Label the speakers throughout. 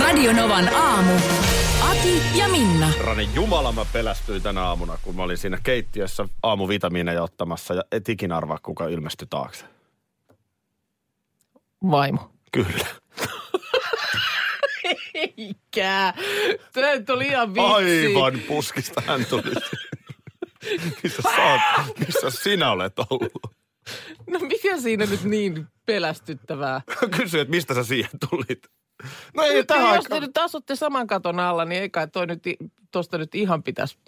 Speaker 1: Radionovan aamu. Ati ja Minna.
Speaker 2: Herranen jumala, mä pelästyin tänä aamuna, kun mä olin siinä keittiössä aamuvitamiineja ottamassa ja et ikin arvaa, kuka ilmestyi taakse.
Speaker 3: Vaimo.
Speaker 2: Kyllä.
Speaker 3: Eikä. Tämä tuli ihan
Speaker 2: Aivan puskista hän tuli. missä, sä oot, missä sinä olet ollut?
Speaker 3: No mikä siinä nyt niin pelästyttävää?
Speaker 2: Kysyin, että mistä sä siihen tulit? No ei
Speaker 3: Tähän
Speaker 2: tähän
Speaker 3: jos te
Speaker 2: aikaan.
Speaker 3: nyt asutte saman katon alla, niin eikä toi nyt, i- tosta nyt ihan pitäisi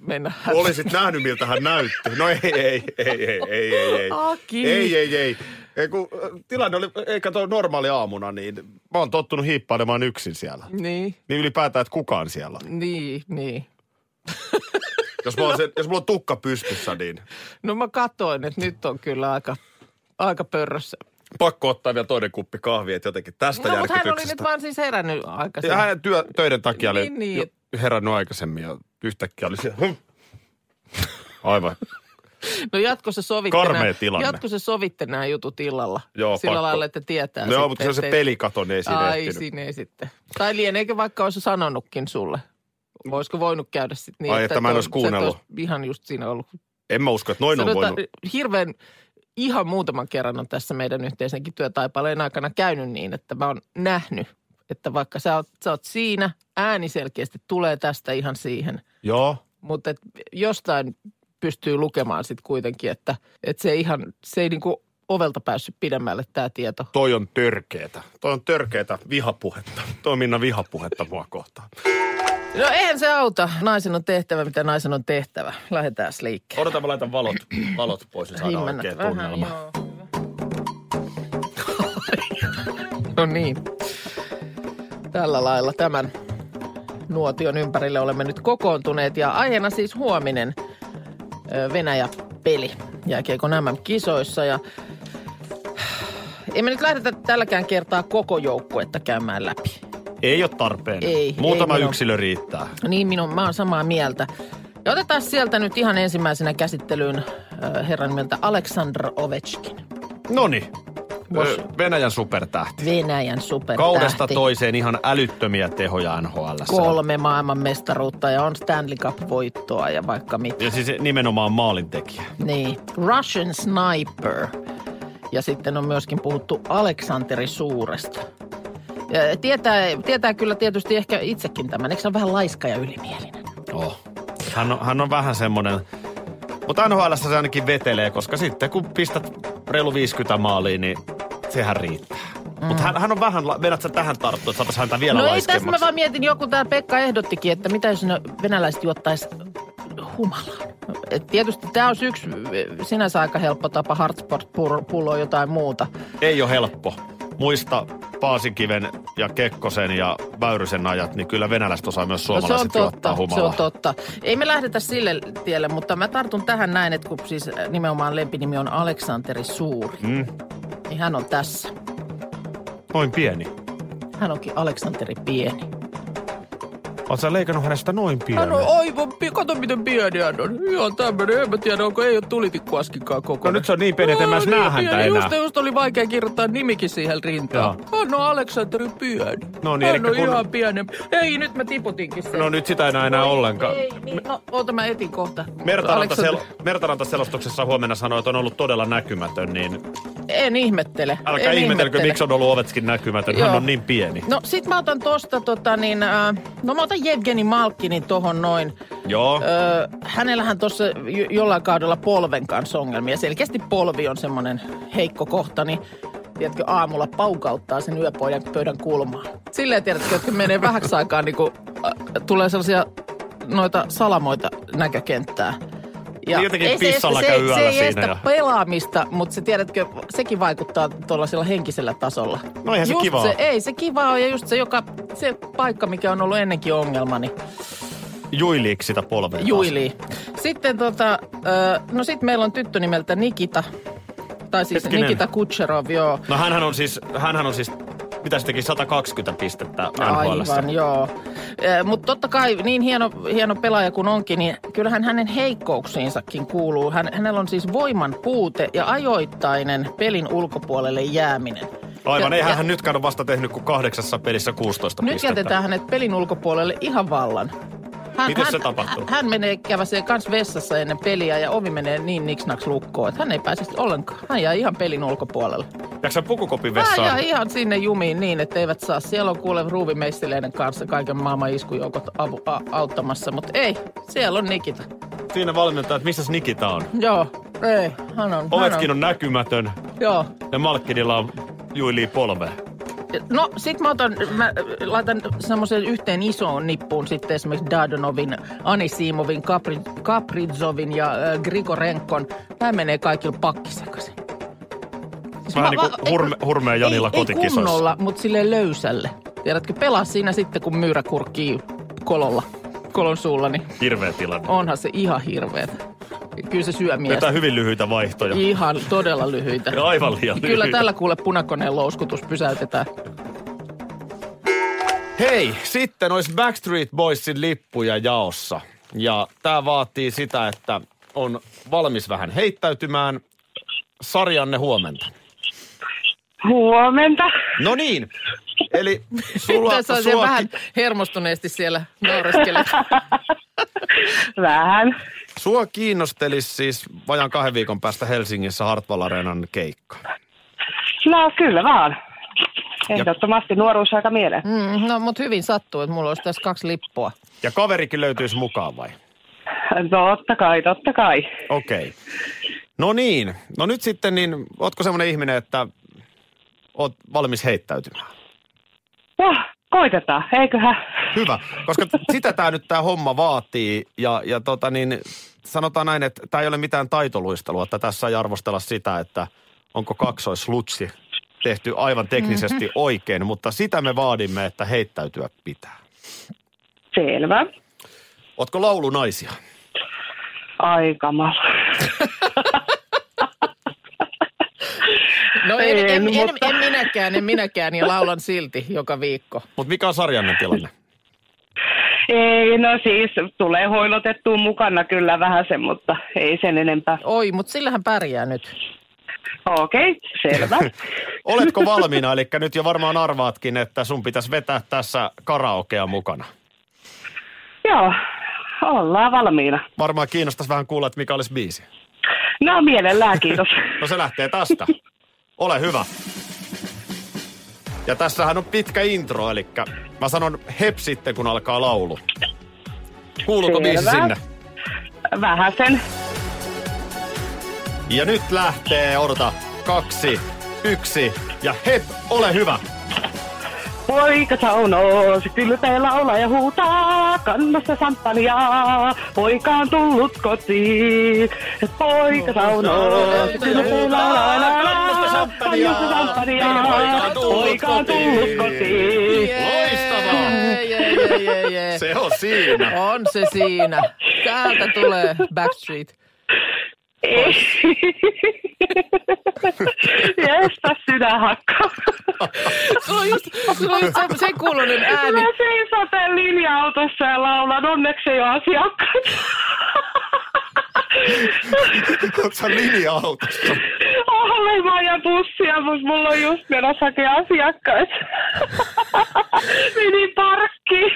Speaker 3: mennä.
Speaker 2: Olisit nähnyt, miltä hän näytti. No ei, ei, ei, ei, ei, ei, ei.
Speaker 3: Aki.
Speaker 2: Ei, ei, ei. ei kun, äh, tilanne oli, eikä toi normaali aamuna, niin mä oon tottunut hiippailemaan yksin siellä.
Speaker 3: Niin,
Speaker 2: Niin ylipäätään, että kukaan siellä. on.
Speaker 3: niin, niin.
Speaker 2: Jos, mä oon sen, jos mulla on tukka pystyssä, niin
Speaker 3: No mä katoin, että nyt on kyllä aika, aika pörrössä.
Speaker 2: pakko ottaa vielä toinen kuppi kahvia, että jotenkin tästä
Speaker 3: No mutta hän oli
Speaker 2: järkytyksestä.
Speaker 3: nyt vaan siis herännyt aikaisemmin.
Speaker 2: Ja hän työ, töiden takia oli
Speaker 3: Niin, niin,
Speaker 2: jo
Speaker 3: et-
Speaker 2: herännyt aikaisemmin ja yhtäkkiä oli siellä. "Hm." Aivan.
Speaker 3: No jatkossa sovitte,
Speaker 2: Karmea
Speaker 3: nää-
Speaker 2: tilanne.
Speaker 3: jatkossa sovitte nämä jutut illalla.
Speaker 2: Joo,
Speaker 3: Sillä
Speaker 2: pakko.
Speaker 3: lailla, että tietää
Speaker 2: No joo,
Speaker 3: sitten,
Speaker 2: mutta se on se
Speaker 3: ettei-
Speaker 2: pelikaton ei siinä
Speaker 3: Ai,
Speaker 2: ehtinyt.
Speaker 3: siinä ei sitten. Tai lieneekö vaikka olisi sanonutkin sulle? Voisiko voinut käydä sitten niin,
Speaker 2: Ai, että mä en
Speaker 3: toi-
Speaker 2: olisi kuunnellut.
Speaker 3: sä et ois ihan just siinä ollut.
Speaker 2: En mä usko, että noin on
Speaker 3: Sanotaan,
Speaker 2: voinut.
Speaker 3: hirveän, ihan muutaman kerran on tässä meidän yhteisenkin työtaipaleen aikana käynyt niin, että mä oon nähnyt, että vaikka sä oot, sä oot siinä, ääni selkeästi tulee tästä ihan siihen.
Speaker 2: Joo.
Speaker 3: Mutta et jostain pystyy lukemaan sitten kuitenkin, että et se, ihan, se ei niinku ovelta päässyt pidemmälle tämä tieto.
Speaker 2: Toi on törkeetä. Toi on törkeetä vihapuhetta. Toi on Minna vihapuhetta mua kohtaan.
Speaker 3: No eihän se auta. Naisen on tehtävä, mitä naisen on tehtävä. Lähdetään liikkeelle.
Speaker 2: Odota, mä laitan valot, valot pois, niin saadaan
Speaker 3: Himmennät
Speaker 2: oikea
Speaker 3: vähän,
Speaker 2: tunnelma.
Speaker 3: joo, hyvä. no niin. Tällä lailla tämän nuotion ympärille olemme nyt kokoontuneet ja aiheena siis huominen ö, Venäjä-peli jääkiekon MM-kisoissa ja emme nyt lähdetä tälläkään kertaa koko joukkuetta käymään läpi.
Speaker 2: Ei ole tarpeen.
Speaker 3: Ei,
Speaker 2: Muutama
Speaker 3: ei minun-
Speaker 2: yksilö riittää.
Speaker 3: Niin, minun, mä oon samaa mieltä. Ja otetaan sieltä nyt ihan ensimmäisenä käsittelyyn ö, herran nimeltä Aleksandr Ovechkin.
Speaker 2: Noni.
Speaker 3: Vos-
Speaker 2: Ö, Venäjän supertähti.
Speaker 3: Venäjän supertähti.
Speaker 2: Kaudesta toiseen ihan älyttömiä tehoja NHL.
Speaker 3: Kolme maailman mestaruutta ja on Stanley Cup-voittoa ja vaikka mitä.
Speaker 2: Ja siis nimenomaan maalintekijä.
Speaker 3: Niin, Russian Sniper. Ja sitten on myöskin puhuttu Aleksanteri Suuresta. Ja tietää, tietää kyllä tietysti ehkä itsekin tämän. Eikö se ole vähän laiska ja ylimielinen?
Speaker 2: Oh. Hän, on, hän on vähän semmoinen, mutta NHL se ainakin vetelee, koska sitten kun pistät reilu 50 maaliin, niin sehän riittää. Mm. Mutta hän, hän on vähän, la- vedät sä tähän tarttua, että saataisiin häntä vielä
Speaker 3: No ei tässä mä
Speaker 2: laiskemmaksi.
Speaker 3: vaan mietin, joku tää Pekka ehdottikin, että mitä jos ne venäläiset juottaisi humalaan. Et tietysti tämä on yksi eh, sinänsä aika helppo tapa hardsport-pulloa jotain muuta.
Speaker 2: Ei ole helppo. Muista Paasikiven ja Kekkosen ja Väyrysen ajat, niin kyllä venäläiset osaa myös
Speaker 3: No se on
Speaker 2: suomalaiset
Speaker 3: totta,
Speaker 2: juottaa
Speaker 3: se on
Speaker 2: humalaa.
Speaker 3: totta. Ei me lähdetä sille tielle, mutta mä tartun tähän näin, että kun siis eh, nimenomaan lempinimi on Aleksanteri Suuri,
Speaker 2: Mm.
Speaker 3: niin hän on tässä.
Speaker 2: Noin pieni.
Speaker 3: Hän onkin Aleksanteri Pieni.
Speaker 2: Oletko sä leikannut hänestä noin pienen?
Speaker 3: aivan, pi- kato miten pieni hän on. Ihan tämmönen, en mä tiedä, onko ei ole tulitikkuaskikaan koko.
Speaker 2: No nyt se on niin pieni, että en mä edes näe häntä enää.
Speaker 3: Just, just oli vaikea kirjoittaa nimikin siihen rintaan. Hän on Aleksanteri Pieni.
Speaker 2: No niin,
Speaker 3: Hän
Speaker 2: elikkä
Speaker 3: on
Speaker 2: kun-
Speaker 3: ihan pienen. Ei, nyt mä tiputinkin sen.
Speaker 2: No nyt sitä ei enää, enää ollenkaan.
Speaker 3: Ei, niin, no, oota mä etin kohta.
Speaker 2: Mertaranta,
Speaker 3: Aleksanteri-
Speaker 2: sel- Mertaranta selostuksessa huomenna sanoi, että on ollut todella näkymätön, niin
Speaker 3: En ihmettele.
Speaker 2: älkää ihmetelkö,
Speaker 3: en ihmettele.
Speaker 2: miksi on ollut Ovetskin näkymätön. Hän
Speaker 3: Joo.
Speaker 2: on niin pieni.
Speaker 3: No sit mä otan tosta tota niin, äh, no mä otan Jevgeni Malkkinin tohon noin.
Speaker 2: Joo.
Speaker 3: Öö, hänellähän tuossa jo- jollain kaudella polven kanssa ongelmia. Selkeästi polvi on semmoinen heikko kohta, niin tiedätkö, aamulla paukauttaa sen yöpöydän pöydän kulmaan. Silleen tiedätkö, että menee vähäksi aikaa, niin kuin, äh, tulee sellaisia noita salamoita näkökenttää. Ja
Speaker 2: Jotenkin
Speaker 3: ei se estä-
Speaker 2: pissalla
Speaker 3: se,
Speaker 2: käy
Speaker 3: se
Speaker 2: yöllä
Speaker 3: ei
Speaker 2: siinä
Speaker 3: estä
Speaker 2: ja-
Speaker 3: pelaamista, mutta se tiedätkö, sekin vaikuttaa tuollaisella henkisellä tasolla.
Speaker 2: No eihän se
Speaker 3: just
Speaker 2: kivaa.
Speaker 3: Se, ei se kivaa ole ja just se, joka, se paikka, mikä on ollut ennenkin ongelma, niin
Speaker 2: Juiliiksi sitä polvea taas?
Speaker 3: juilii. Sitten tota, ö, no sit meillä on tyttö nimeltä Nikita. Tai siis
Speaker 2: Hetkinen.
Speaker 3: Nikita Kutcherov, joo.
Speaker 2: No hänhän on siis, hänhän on siis mitä se teki, 120 pistettä
Speaker 3: Aivan,
Speaker 2: NHL.
Speaker 3: joo. Mutta totta kai niin hieno, hieno pelaaja kuin onkin, niin kyllähän hänen heikkouksiinsakin kuuluu. Hän, hänellä on siis voiman puute ja ajoittainen pelin ulkopuolelle jääminen.
Speaker 2: Aivan,
Speaker 3: Ja-
Speaker 2: eihän
Speaker 3: ja-
Speaker 2: hän nytkään ole vasta tehnyt kuin kahdeksassa pelissä 16
Speaker 3: Nyt
Speaker 2: pistettä.
Speaker 3: jätetään hänet pelin ulkopuolelle ihan vallan. Hän,
Speaker 2: Miten se tapahtuu?
Speaker 3: Hän menee käväseen kans vessassa ennen peliä ja ovi menee niin niksnaks lukkoon, että hän ei pääse ollenkaan. Hän jää ihan pelin ulkopuolelle.
Speaker 2: Jääkö sä pukukopin
Speaker 3: Hän jää
Speaker 2: vessaan?
Speaker 3: ihan sinne jumiin niin, että eivät saa. Siellä on kuule ruuvimeistileiden kanssa kaiken maailman iskujoukot avu, a, auttamassa, mutta ei, siellä on Nikita.
Speaker 2: Siinä valmentaa, että missä Nikita on.
Speaker 3: Joo, ei, hän on.
Speaker 2: Ovetkin
Speaker 3: hän
Speaker 2: on näkymätön
Speaker 3: Joo.
Speaker 2: ja Malkkinilla on juilii polvea.
Speaker 3: No, sit mä, otan, mä laitan semmoisen yhteen isoon nippuun sitten esimerkiksi Dadonovin, Anisimovin, Kapri, Kapridzovin ja äh, Grigorenkon. Nämä menee kaikilla pakkisekaisin. Siis
Speaker 2: Vähän
Speaker 3: mä-
Speaker 2: niin kuin
Speaker 3: mä-
Speaker 2: hurme, hurmea Janilla
Speaker 3: ei, ei
Speaker 2: kotikisoissa.
Speaker 3: kunnolla, mutta sille löysälle. Tiedätkö, pelaa siinä sitten, kun myyrä kurkkii kololla, kolon suulla, niin
Speaker 2: Hirveä tilanne.
Speaker 3: onhan se ihan hirveä. Kyllä se syö miestä.
Speaker 2: Vetää hyvin lyhyitä vaihtoja.
Speaker 3: Ihan todella lyhyitä.
Speaker 2: Ja aivan liian
Speaker 3: Kyllä
Speaker 2: lyhyitä.
Speaker 3: tällä kuule punakoneen louskutus pysäytetään.
Speaker 2: Hei, sitten olisi Backstreet Boysin lippuja jaossa. Ja tämä vaatii sitä, että on valmis vähän heittäytymään. Sarjanne huomenta.
Speaker 4: Huomenta.
Speaker 2: No niin, eli sulla,
Speaker 3: Tässä on se
Speaker 2: sua,
Speaker 3: vähän hermostuneesti siellä naureskelet.
Speaker 4: Vähän.
Speaker 2: sua kiinnosteli siis vajan kahden viikon päästä Helsingissä Hartwall Areenan keikka.
Speaker 4: No kyllä vaan. Ehdottomasti nuoruus aika mieleen.
Speaker 3: Mm, no, mutta hyvin sattuu, että mulla olisi tässä kaksi lippua.
Speaker 2: Ja kaverikin löytyisi mukaan vai?
Speaker 4: Totta kai, totta kai.
Speaker 2: Okei. Okay. No niin, no nyt sitten niin, ootko semmoinen ihminen, että oot valmis heittäytymään?
Speaker 4: No, koitetaan, eiköhän.
Speaker 2: Hyvä, koska sitä tämä nyt tämä homma vaatii ja, ja tota niin, sanotaan näin, että tämä ei ole mitään taitoluistelua, että tässä ei arvostella sitä, että onko kaksoislutsi tehty aivan teknisesti oikein, mutta sitä me vaadimme, että heittäytyä pitää.
Speaker 4: Selvä.
Speaker 2: Ootko laulunaisia?
Speaker 4: Aikamalla.
Speaker 3: No en, en, en,
Speaker 4: En,
Speaker 3: en,
Speaker 4: mutta-
Speaker 3: en minäkään, en minäkään ja laulan silti joka viikko.
Speaker 2: Mutta mikä on sarjanne tilanne?
Speaker 4: Ei, no siis tulee hoilotettua mukana kyllä vähän sen, mutta ei sen enempää.
Speaker 3: Oi, mutta sillähän pärjää nyt.
Speaker 4: Okei, selvä.
Speaker 2: Oletko valmiina? Eli nyt jo varmaan arvaatkin, että sun pitäisi vetää tässä karaokea mukana.
Speaker 4: Joo, ollaan valmiina.
Speaker 2: Varmaan kiinnostaisi vähän kuulla, että mikä olisi biisi.
Speaker 4: No mielellään, kiitos.
Speaker 2: No se lähtee tästä. Ole hyvä. Ja tässähän on pitkä intro, eli mä sanon hep sitten, kun alkaa laulu. Kuuluuko biisi
Speaker 4: Selvä.
Speaker 2: sinne?
Speaker 4: Vähän sen.
Speaker 2: Ja nyt lähtee, odota, kaksi, yksi ja hep, ole hyvä.
Speaker 4: Poika saunoosi kylpeillä olla ja huutaa kannassa samppaniaa. Poika on tullut kotiin.
Speaker 2: No,
Speaker 4: Poika saunoosi kylpeillä olla aina
Speaker 2: Kannassa samppaniaa.
Speaker 4: kannassa samppaniaa.
Speaker 2: Poika on tullut
Speaker 4: Poika on tullut
Speaker 2: kotiin.
Speaker 4: kotiin.
Speaker 2: Loistavaa.
Speaker 3: Jee, jee, jee, jee, jee.
Speaker 2: Se on siinä.
Speaker 3: On se siinä. Täältä tulee Backstreet.
Speaker 4: Ei. Jestä sydän hakkaa.
Speaker 3: Sulla on just, sulla on just se, sen kuulunen ääni.
Speaker 4: Mä seison tän linja-autossa ja laulan. Onneksi ei ole asiakkaita.
Speaker 2: Onko sä linja-autossa?
Speaker 4: Olen mä ajan bussia, mutta mulla on just menossa hakea asiakkaita. Meni parkkiin.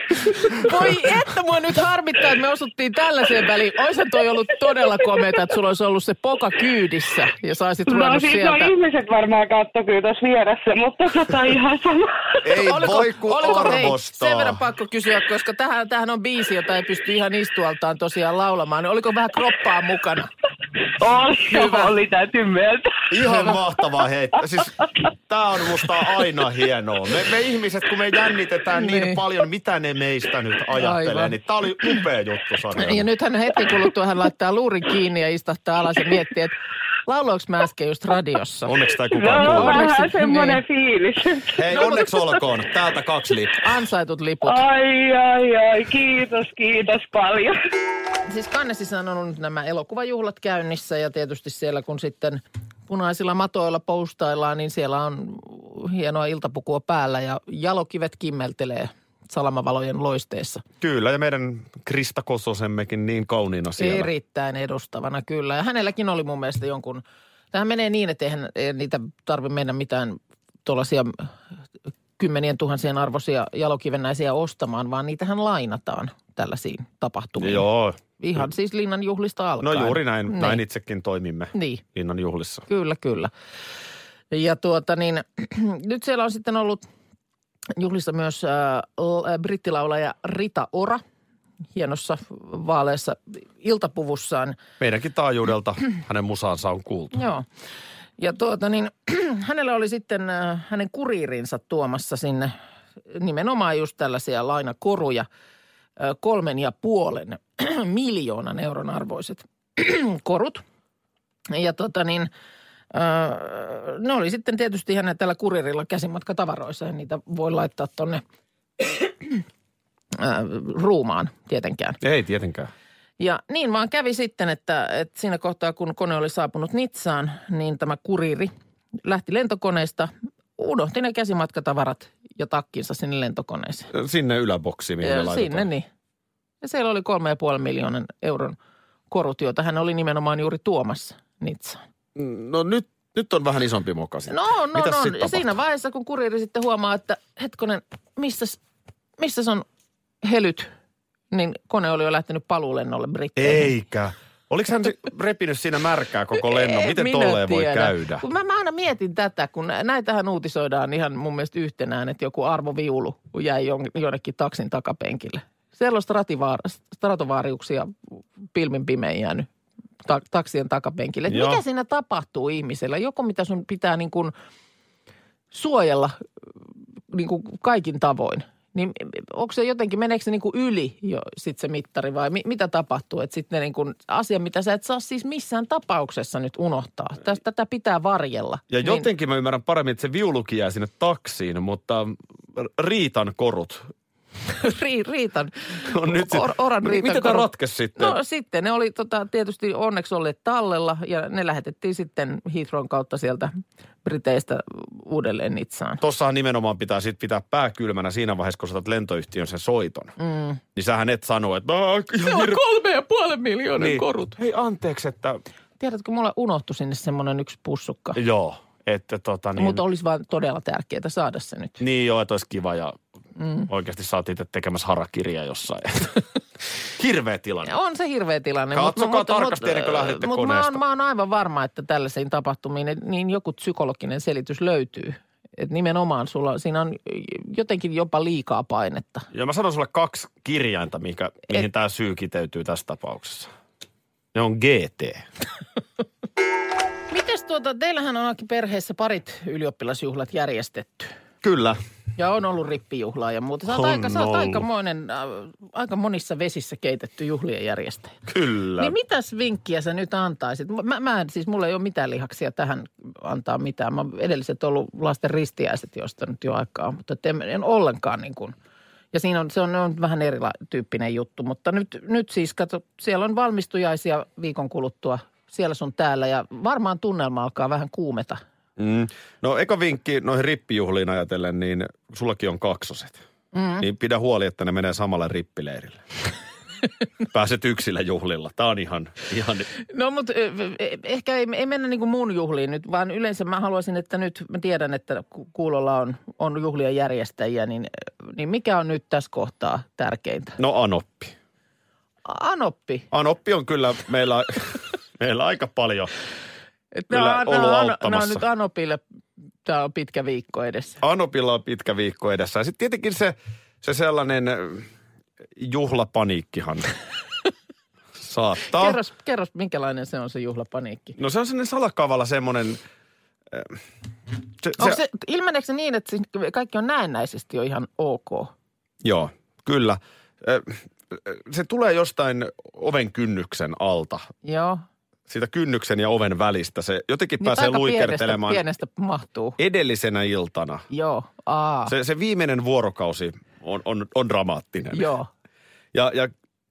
Speaker 3: Voi että mua nyt harmittaa, että me osuttiin tällaiseen väliin. Oishan toi ollut todella komeeta, että sulla olisi ollut se poka kyydissä ja saisit
Speaker 4: No
Speaker 3: ruvennut
Speaker 4: siis no
Speaker 3: sieltä.
Speaker 4: ihmiset varmaan katto kyllä tuossa vieressä, mutta tota ihan sama.
Speaker 2: Ei voi kun arvostaa.
Speaker 3: Hei, sen verran pakko kysyä, koska tähän, tähän on biisi, jota ei pysty ihan istualtaan tosiaan laulamaan. Niin oliko vähän kroppaa mukana?
Speaker 4: Oli,
Speaker 3: Hyvä.
Speaker 4: oli täytyy myöntää.
Speaker 2: Ihan mahtavaa hei. Siis, tää on musta aina hienoa. Me, me ihmiset, kun me jännitetään niin,
Speaker 3: Niin.
Speaker 2: paljon, mitä ne meistä nyt ajattelee,
Speaker 3: Aivan.
Speaker 2: niin tää oli upea juttu, Sanna.
Speaker 3: Ja nythän hetken kuluttua hän laittaa luurin kiinni ja istahtaa alas ja miettii, että lauloinko mä äsken just radiossa.
Speaker 2: Onneksi tää
Speaker 4: No,
Speaker 2: kukaan
Speaker 4: on
Speaker 2: kuulee.
Speaker 3: onneksi-
Speaker 4: vähän semmoinen
Speaker 3: niin.
Speaker 4: fiilis.
Speaker 2: Hei, onneksi olkoon. Täältä kaksi lippua.
Speaker 3: Ansaitut liput.
Speaker 4: Ai, ai, ai, kiitos, kiitos paljon.
Speaker 3: Siis Kannesihan on nyt nämä elokuvajuhlat käynnissä ja tietysti siellä kun sitten punaisilla matoilla poustaillaan, niin siellä on hienoa iltapukua päällä ja jalokivet kimmeltelee salamavalojen loisteessa.
Speaker 2: Kyllä, ja meidän Krista Kososemmekin niin kauniina siellä.
Speaker 3: Erittäin edustavana kyllä. Ja hänelläkin oli mun mielestä jonkun, tähän menee niin, että eihän ei niitä tarvi mennä mitään tuollaisia kymmenien tuhansien arvoisia jalokivennäisiä ostamaan, vaan niitähän lainataan tällaisiin tapahtumiin.
Speaker 2: Joo,
Speaker 3: Ihan siis linnan juhlista
Speaker 2: no
Speaker 3: alkaen.
Speaker 2: juuri näin,
Speaker 3: Niin.
Speaker 2: näin itsekin toimimme
Speaker 3: Niin,
Speaker 2: Linnan juhlissa.
Speaker 3: kyllä, kyllä. Ja tuota niin, nyt siellä on sitten ollut juhlissa myös äh, l- äh, brittilaulaja Rita Ora hienossa vaaleessa iltapuvussaan.
Speaker 2: Meidänkin taajuudelta hänen musaansa on kuultu.
Speaker 3: Joo. Ja tuota niin, hänellä oli sitten äh, hänen kuriirinsa tuomassa sinne nimenomaan just tällaisia lainakoruja, äh, kolmen ja puolen miljoonan euron arvoiset korut. Ja tota niin, äh, ne oli sitten tietysti hänen tällä kuriirilla käsimatkatavaroissa ja niitä voi laittaa tonne äh, ruumaan tietenkään.
Speaker 2: Ei tietenkään.
Speaker 3: Ja niin vaan kävi sitten, että, että siinä kohtaa kun kone oli saapunut Nitsaan, niin tämä kuriri lähti lentokoneesta, unohti ne käsimatkatavarat ja takkinsa sinne lentokoneeseen.
Speaker 2: Sinne yläboksi, mihin me
Speaker 3: Ja
Speaker 2: laitetaan.
Speaker 3: sinne niin. Ja siellä oli kolme ja puolen miljoonan euron korut, joita hän oli nimenomaan juuri tuomassa Nitsaan.
Speaker 2: No nyt, nyt on vähän isompi moka sitten.
Speaker 3: No, no,
Speaker 2: Mitäs sit
Speaker 3: no. Ja
Speaker 2: tapahtuu?
Speaker 3: siinä vaiheessa, kun kuriri sitten huomaa, että hetkonen, missäs, missäs on helyt, niin kone oli jo lähtenyt paluulennolle Britteihin.
Speaker 2: Eikä. Oliko hän si- repinyt siinä märkää koko lennon?
Speaker 3: En
Speaker 2: Miten
Speaker 3: minä
Speaker 2: tolleen voi
Speaker 3: tiedä.
Speaker 2: käydä?
Speaker 3: Kun mä, mä aina mietin tätä, kun nä- näitähän uutisoidaan ihan mun mielestä yhtenään, että joku arvoviulu jäi jon- jonnekin taksin takapenkille. Siellä on strativaar- stratovaariuksia pilmin pimein jäänyt ta- taksien takapenkille. Et
Speaker 2: Joo.
Speaker 3: Mitä siinä tapahtuu ihmisellä? Joku, mitä sun pitää niin kuin suojella niin kuin kaikin tavoin. Niin onko se jotenkin, meneekö se niin kuin yli jo sit se mittari vai mi, mitä tapahtuu? Että sitten niin kuin asia, mitä sä et saa siis missään tapauksessa nyt unohtaa. Tästä, tätä pitää varjella.
Speaker 2: Ja
Speaker 3: Niin-
Speaker 2: jotenkin mä ymmärrän paremmin, että se viulukin jää sinne taksiin, mutta Riitan korut
Speaker 3: Ri, riitan.
Speaker 2: on No nyt sit-
Speaker 3: Or- oran riitan
Speaker 2: Miten tämä
Speaker 3: korut.
Speaker 2: ratkesi sitten?
Speaker 3: No sitten ne oli tota, tietysti onneksi olleet tallella ja ne lähetettiin sitten Heathrown kautta sieltä Briteistä uudelleen Nitsaan.
Speaker 2: Tossahan nimenomaan pitää sit pitää pää kylmänä siinä vaiheessa, kun sä otat lentoyhtiön sen soiton. Mm. Niin sähän et sano, että... "Mä oon ihan
Speaker 3: Siellä on
Speaker 2: vir-
Speaker 3: kolme ja puolen miljoonan
Speaker 2: niin.
Speaker 3: korut.
Speaker 2: Hei anteeksi, että...
Speaker 3: Tiedätkö, mulla unohtui sinne semmoinen yksi pussukka.
Speaker 2: Joo, että tota niin...
Speaker 3: Mutta olisi vaan todella tärkeää saada se nyt.
Speaker 2: Niin joo, että olisi kiva ja mm. oikeasti sä oot itse tekemässä harakirjaa jossain. Hirveä tilanne.
Speaker 3: On se hirveä tilanne.
Speaker 2: Katsokaa
Speaker 3: mut- mut-
Speaker 2: tarkasti,
Speaker 3: mut-
Speaker 2: ennen kuin lähdette
Speaker 3: mut mä
Speaker 2: koneesta.
Speaker 3: oon, mä oon aivan varma, että tällaisiin tapahtumiin niin- niin joku psykologinen selitys löytyy. Et nimenomaan sulla, siinä on jotenkin jopa liikaa painetta.
Speaker 2: Ja mä sanon sulle kaksi kirjainta, mikä, mihin tämä syy kiteytyy tässä tapauksessa. Ne on GT.
Speaker 3: Mites tuota, teillähän on Aki perheessä parit ylioppilasjuhlat järjestetty.
Speaker 2: Kyllä.
Speaker 3: Ja on ollut rippijuhlaa ja muuta. Sä oot,
Speaker 2: On
Speaker 3: aika, sä oot
Speaker 2: ollut.
Speaker 3: aikamoinen, äh, aika monissa vesissä keitetty juhlien järjestäjä.
Speaker 2: Kyllä.
Speaker 3: Niin mitäs vinkkiä sä nyt antaisit? Mä, mä en, siis mulla ei ole mitään lihaksia tähän antaa mitään. Mä oon edelliset ollut lasten ristiäiset, josta nyt jo aikaa, mutta et en, en ollenkaan niin kuin. Ja siinä on, se on, on vähän eri tyyppinen juttu, mutta nyt, nyt siis kato, siellä on valmistujaisia viikon kuluttua siellä sun täällä ja varmaan tunnelma alkaa vähän kuumeta.
Speaker 2: Mm. No eka vinkki noihin rippijuhliin ajatellen, niin sullakin on kaksoset. Mm. Niin pidä huoli, että ne menee samalle rippileirille. Pääset yksillä juhlilla. Tämä on ihan, ihan
Speaker 3: No mutta ehkä ei, ei mennä niin kuin mun juhliin nyt, vaan yleensä mä haluaisin, että nyt mä tiedän, että ku- kuulolla on, on juhlien järjestäjiä, niin, ö, niin mikä on nyt tässä kohtaa tärkeintä?
Speaker 2: No anoppi.
Speaker 3: A- Anoppi.
Speaker 2: Anoppi on kyllä meillä, meillä aika paljon.
Speaker 3: Et
Speaker 2: Kyllä
Speaker 3: nää on- nää
Speaker 2: ollut
Speaker 3: on- nää on
Speaker 2: auttamassa.
Speaker 3: nyt Anopille, tämä on pitkä viikko edessä.
Speaker 2: Anopilla on pitkä viikko edessä. Ja sitten tietenkin se, se sellainen äh, juhlapaniikkihan. Saattaa.
Speaker 3: Kerros, kerros, minkälainen se on se juhlapaniikki.
Speaker 2: No se on sellainen salakavalla semmoinen... eh, Se,
Speaker 3: Se, Onko se, ilmeneekö se niin, että siis kaikki on näennäisesti jo ihan ok?
Speaker 2: Joo, kyllä. Eh, Se tulee jostain oven kynnyksen alta.
Speaker 3: Joo.
Speaker 2: Siitä kynnyksen ja oven välistä. Se jotenkin
Speaker 3: Niin
Speaker 2: pääsee
Speaker 3: aika
Speaker 2: luikertelemaan
Speaker 3: Pienestä, pienestä mahtuu.
Speaker 2: edellisenä iltana.
Speaker 3: Joo. Aa, se,
Speaker 2: Se, se viimeinen vuorokausi on, on, on dramaattinen.
Speaker 3: joo.
Speaker 2: Ja, ja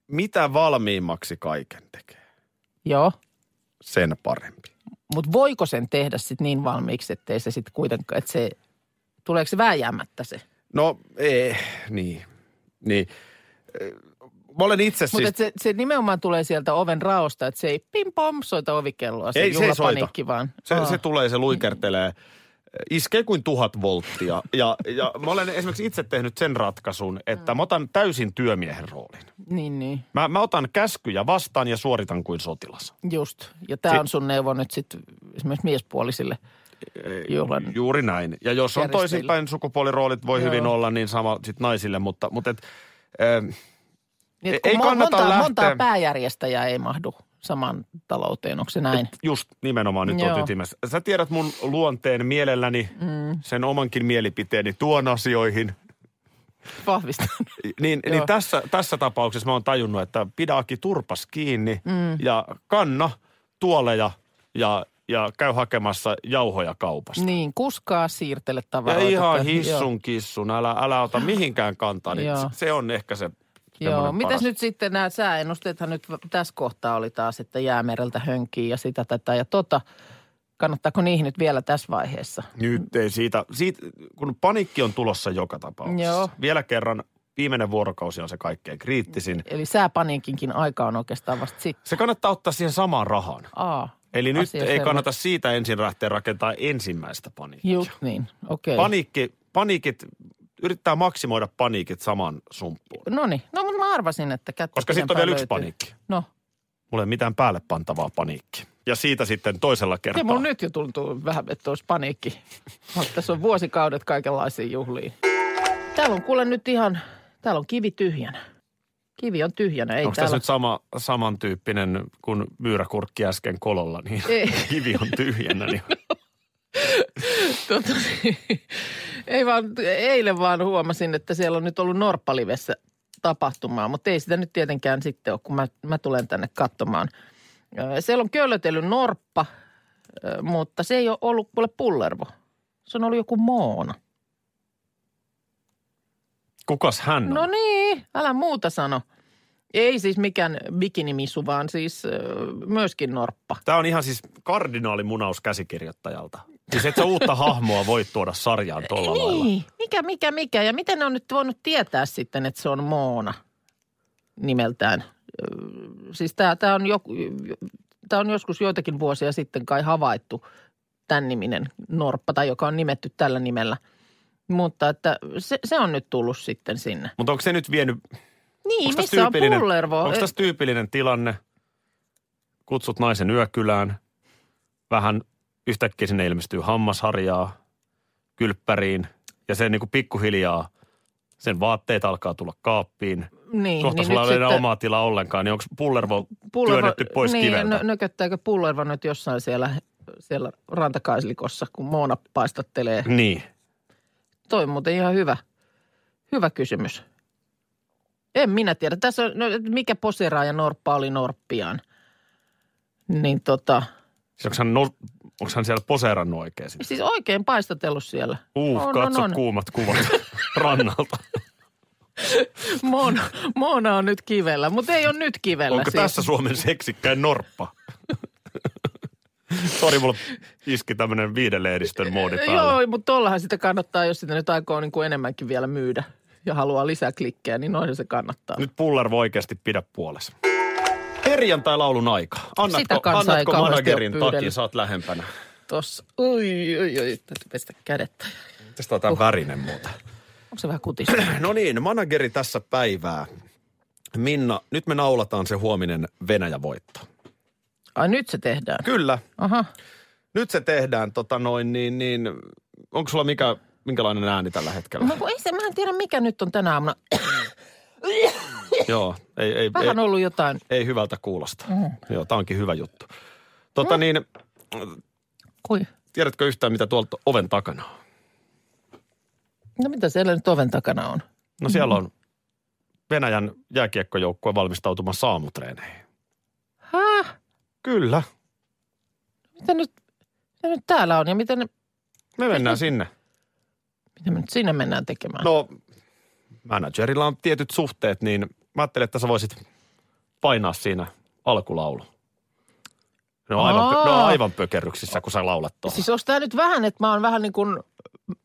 Speaker 2: mitä valmiimmaksi kaiken tekee,
Speaker 3: Joo.
Speaker 2: sen parempi.
Speaker 3: Mutta voiko sen tehdä sitten niin valmiiksi, ettei se sitten kuitenkaan, että se, tuleeko se vääjäämättä se?
Speaker 2: No, ei, niin, niin. Eh, Mä olen itse
Speaker 3: Mutta
Speaker 2: siis...
Speaker 3: siis... se, se nimenomaan tulee sieltä oven raosta, että se ei pim pom soita ovikelloa, se
Speaker 2: Ei, se ei
Speaker 3: juhlapaniikki
Speaker 2: soita.
Speaker 3: vaan.
Speaker 2: Se,
Speaker 3: Aa.
Speaker 2: se tulee, se luikertelee. Iskee kuin tuhat volttia. Ja, ja mä olen esimerkiksi itse tehnyt sen ratkaisun, että mä otan täysin työmiehen roolin.
Speaker 3: Niin, niin,
Speaker 2: Mä, mä otan käskyjä vastaan ja suoritan kuin sotilas.
Speaker 3: just. Ja tämä
Speaker 2: Si-
Speaker 3: on sun neuvo nyt sitten esimerkiksi miespuolisille juhlan.
Speaker 2: Juuri näin. Ja jos on
Speaker 3: Järjestely.
Speaker 2: toisinpäin sukupuoliroolit, voi
Speaker 3: Joo.
Speaker 2: hyvin olla, niin sama sit naisille. Mutta, mutta et, ö,
Speaker 3: Niin,
Speaker 2: ei-
Speaker 3: kun
Speaker 2: ei
Speaker 3: mon-
Speaker 2: kannata
Speaker 3: montaa,
Speaker 2: lähteä.
Speaker 3: montaa pääjärjestäjää ei mahdu saman talouteen, onko se näin?
Speaker 2: just nimenomaan nyt olet
Speaker 3: Joo.
Speaker 2: ytimessä. Sä tiedät mun luonteen mielelläni, mm. sen omankin mielipiteeni tuon asioihin.
Speaker 3: Vahvistan.
Speaker 2: Niin,
Speaker 3: Joo.
Speaker 2: niin tässä, tässä tapauksessa mä oon tajunnut, että pidä Aki turpas kiinni mm. ja kanna tuoleja ja, ja käy hakemassa jauhoja kaupasta.
Speaker 3: Niin, kuskaa, siirtele
Speaker 2: Ja
Speaker 3: tavaroita.
Speaker 2: ihan
Speaker 3: Joo.
Speaker 2: hissun kissun, älä, älä ota mihinkään kantaa, niin
Speaker 3: Joo.
Speaker 2: se- se on ehkä se
Speaker 3: Joo,
Speaker 2: semmoinen
Speaker 3: mitäs
Speaker 2: paras.
Speaker 3: nyt sitten nämä sääennusteethan nyt v- tässä kohtaa oli taas, että jäämereltä hönkii ja sitä tätä ja tota. Kannattaako niihin nyt vielä tässä vaiheessa?
Speaker 2: Nyt ei siitä, siitä, kun paniikki on tulossa joka tapauksessa.
Speaker 3: Joo.
Speaker 2: Vielä kerran, viimeinen vuorokausi on se kaikkein kriittisin.
Speaker 3: Eli sääpaniikinkin aika on oikeastaan vasta sitten.
Speaker 2: Se kannattaa ottaa siihen samaan rahan.
Speaker 3: Aa,
Speaker 2: Eli nyt
Speaker 3: asia
Speaker 2: ei
Speaker 3: selvä.
Speaker 2: kannata siitä ensin lähteä rakentaa ensimmäistä paniikkia.
Speaker 3: Just niin, okei. Okay.
Speaker 2: Paniikki, paniikit, yrittää maksimoida paniikit saman sumppuun.
Speaker 3: No niin, no mutta mä arvasin, että kättä
Speaker 2: Koska sitten on
Speaker 3: pidempään
Speaker 2: vielä yksi
Speaker 3: löytyy.
Speaker 2: paniikki.
Speaker 3: No,
Speaker 2: Mulla ei ole mitään päälle pantavaa paniikki. Ja siitä sitten toisella
Speaker 3: ja
Speaker 2: kertaa.
Speaker 3: mun nyt jo tuntuu vähän, että olisi paniikki. Mutta tässä on vuosikaudet kaikenlaisiin juhliin. Täällä on kuule nyt ihan, täällä on kivi tyhjänä. Kivi on tyhjänä, ei
Speaker 2: Onko tässä
Speaker 3: täällä.
Speaker 2: nyt sama, samantyyppinen kuin myyräkurkki äsken kololla, niin
Speaker 3: Ei.
Speaker 2: kivi on tyhjänä. Niin
Speaker 3: Tota, ei vaan, eilen vaan huomasin, että siellä on nyt ollut Norppalivessä tapahtumaa, mutta ei sitä nyt tietenkään sitten ole, kun mä, mä tulen tänne katsomaan. Ö, Siellä on köllötellyt Norppa, ö, mutta se ei ole ollut kuule pullervo. Se on ollut joku Moona.
Speaker 2: kukas hän on?
Speaker 3: No niin, älä muuta sano. Ei siis mikään bikinimisu, vaan siis ö, myöskin Norppa.
Speaker 2: Tämä on ihan siis kardinaalimunaus käsikirjoittajalta. Siis et sä uutta hahmoa voi tuoda sarjaan tuolla lailla.
Speaker 3: Niin, mikä, mikä, mikä. Ja miten ne on nyt voinut tietää sitten, että se on Moona nimeltään? Öö, Siis tämä on, joku, tää on joskus joitakin vuosia sitten kai havaittu tämän niminen norppa, tai joka on nimetty tällä nimellä. Mutta että se, se on nyt tullut sitten sinne.
Speaker 2: Mutta onko se nyt vienyt,
Speaker 3: Niin,
Speaker 2: Onks tässä
Speaker 3: missä on
Speaker 2: tyypillinen-
Speaker 3: pullervo?
Speaker 2: onko tässä tyypillinen tilanne? Kutsut naisen yökylään, vähän yhtäkkiä sinne ilmestyy hammasharjaa kylppäriin ja se niin kuin pikkuhiljaa sen vaatteet alkaa tulla kaappiin.
Speaker 3: niin,
Speaker 2: Kohta
Speaker 3: niin
Speaker 2: sulla
Speaker 3: nyt
Speaker 2: ei ole enää
Speaker 3: sitten-
Speaker 2: omaa tilaa ollenkaan, niin onko pullervo,
Speaker 3: Pullervo-
Speaker 2: työnnetty pois
Speaker 3: niin,
Speaker 2: kiveltä?
Speaker 3: nö- nököttääkö pullervo nyt jossain siellä, siellä rantakaislikossa, kun Moona paistattelee
Speaker 2: niin.
Speaker 3: Toi on muuten ihan hyvä, hyvä kysymys. En minä tiedä. Tässä on, no, että mikä poseraaja norppa oli norppiaan. Niin tota,
Speaker 2: Siis onko hän, no, onko hän siellä poseerannut oikein sitten?
Speaker 3: siis oikein paistatellut siellä.
Speaker 2: Uh,
Speaker 3: On,
Speaker 2: katso
Speaker 3: on, on.
Speaker 2: kuumat kuvat rannalta.
Speaker 3: Moona, Moona on nyt kivellä, mutta ei ole nyt kivellä.
Speaker 2: Onko
Speaker 3: siis.
Speaker 2: tässä Suomen seksikkäin norppa? Sori, mulla iski tämmönen viiden lehdistön moodi päälle.
Speaker 3: Joo, mutta tollahan sitä kannattaa, jos sitä nyt aikoo niin kuin enemmänkin vielä myydä ja haluaa lisää klikkejä, niin noin se kannattaa.
Speaker 2: Nyt pullar voi oikeasti pidä puolessa. Perjantai-laulun aika.
Speaker 3: Sitä
Speaker 2: Annatko,
Speaker 3: kansa ei
Speaker 2: annatko
Speaker 3: kauheasti
Speaker 2: managerin
Speaker 3: ole
Speaker 2: takia?
Speaker 3: pyydellyt.
Speaker 2: Sä oot lähempänä.
Speaker 3: Tossa. Oi, oi, oi, täytyy pestä kädet.
Speaker 2: Tästä on
Speaker 3: Uh.
Speaker 2: tämän värinen muuta.
Speaker 3: Onko se vähän kutista?
Speaker 2: No niin, manageri tässä päivää. Minna, nyt me naulataan se huominen Venäjä-voitto.
Speaker 3: Ai nyt se tehdään.
Speaker 2: Kyllä,
Speaker 3: Aha.
Speaker 2: nyt se tehdään, tota noin, niin, niin onko sulla mikä, minkälainen ääni tällä hetkellä?
Speaker 3: No kun ei se, mä en tiedä mikä nyt on tänä aamuna.
Speaker 2: Joo, ei, ei, ei,
Speaker 3: Vähän ollut jotain.
Speaker 2: ei hyvältä kuulosta. Mm. Joo, tämä onkin hyvä juttu.
Speaker 3: No.
Speaker 2: Tota niin,
Speaker 3: Kui?
Speaker 2: tiedätkö yhtään, mitä tuolta oven takana on?
Speaker 3: No mitä siellä nyt oven takana on?
Speaker 2: No siellä
Speaker 3: Mm.
Speaker 2: on Venäjän jääkiekkojoukkue valmistautumassa aamutreeneihin.
Speaker 3: Häh?
Speaker 2: Kyllä,
Speaker 3: Mitä nyt, mitä nyt täällä on ja mitä, ne,
Speaker 2: me mennään sinne.
Speaker 3: mitä me nyt sinne mennään tekemään?
Speaker 2: No, managerilla on tietyt suhteet, niin mä ajattelin, että sä voisit painaa siinä alkulaulu. Ne on aivan,
Speaker 3: Aa.
Speaker 2: ne on aivan pökerryksissä, kun sä laulat tuohon.
Speaker 3: Siis onko tämä nyt vähän, että mä oon vähän niin kuin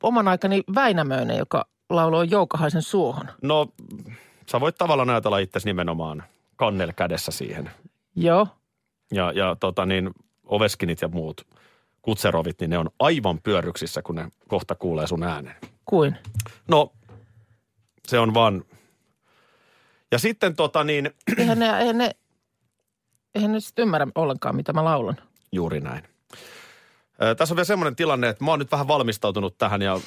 Speaker 3: oman aikani Väinämöinen, joka lauloi Joukahaisen suohon?
Speaker 2: No, sä voit tavallaan ajatella itsesi nimenomaan kannel kädessä siihen.
Speaker 3: Joo.
Speaker 2: Ja, ja tota niin, oveskinit ja muut kutserovit, niin ne on aivan pyörryksissä, kun ne kohta kuulee sun äänen.
Speaker 3: Kuin?
Speaker 2: No, se on vaan... Ja sitten tota niin,
Speaker 3: Eihän ne, eihän ne, eihän ne sit ymmärrä ollenkaan, mitä mä laulan.
Speaker 2: juuri näin. Ö, tässä on vielä semmoinen tilanne, että mä oon nyt vähän valmistautunut tähän ja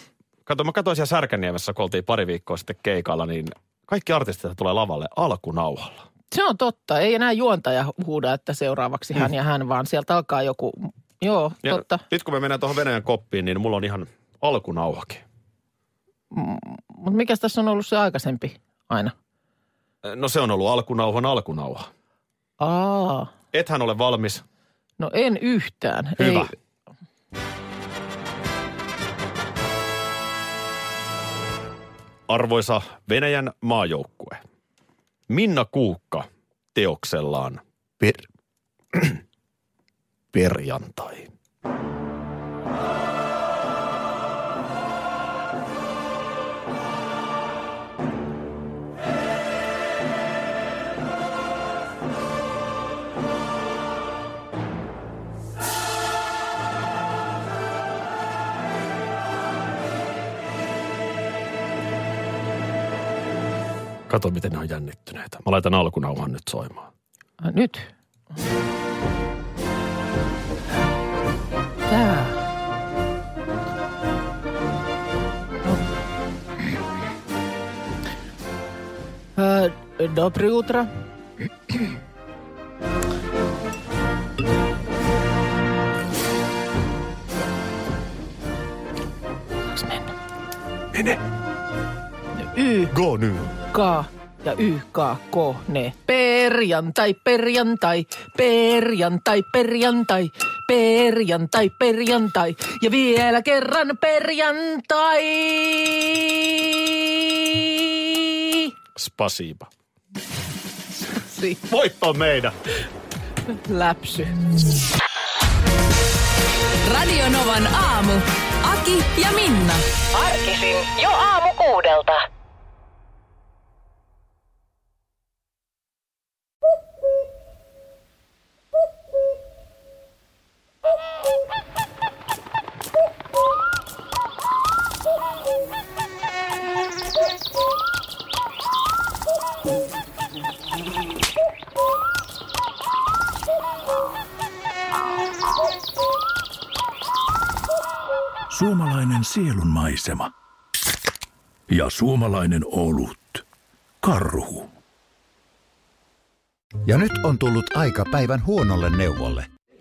Speaker 2: kato, mä katsoin siellä Särkäniemessä, kun oltiin pari viikkoa sitten keikalla, niin kaikki artistit tulee lavalle alkunauhalla.
Speaker 3: Se on totta. Ei enää juontaja huuda, että seuraavaksi hän ja hän, vaan sieltä alkaa joku... Joo,
Speaker 2: Ja
Speaker 3: totta.
Speaker 2: Nyt kun me mennään tuohon Venäjän koppiin, niin mulla on ihan alkunauhakin.
Speaker 3: Mutta mikäs tässä on ollut se aikaisempi aina?
Speaker 2: No se on ollut alkunauhan alkunauha.
Speaker 3: Aa,
Speaker 2: Ethän ole valmis.
Speaker 3: no en yhtään.
Speaker 2: Hyvä.
Speaker 3: Ei,
Speaker 2: Arvoisa Venäjän maajoukkue. Minna Kuukka teoksellaan per... perjantai. Kato, miten ne on jännittyneitä. Mä laitan alkunauhan nyt soimaan.
Speaker 3: Ah, Nyt. Tää. Э, Доброе утро.
Speaker 5: Mene.
Speaker 3: Y,
Speaker 5: Go nyt.
Speaker 3: K ja Y, K, K, ne. Perjantai, perjantai, perjantai, perjantai, perjantai, perjantai ja vielä kerran perjantai.
Speaker 2: Spasiba.
Speaker 3: Si-
Speaker 2: Voitto on meidän.
Speaker 3: Läpsy.
Speaker 1: Radio Novan aamu. Aki ja Minna.
Speaker 6: Arkisin jo aamu kuudelta.
Speaker 7: Suomalainen sielunmaisema. Ja suomalainen olut. Karhu.
Speaker 8: Ja nyt on tullut aika päivän huonolle neuvolle.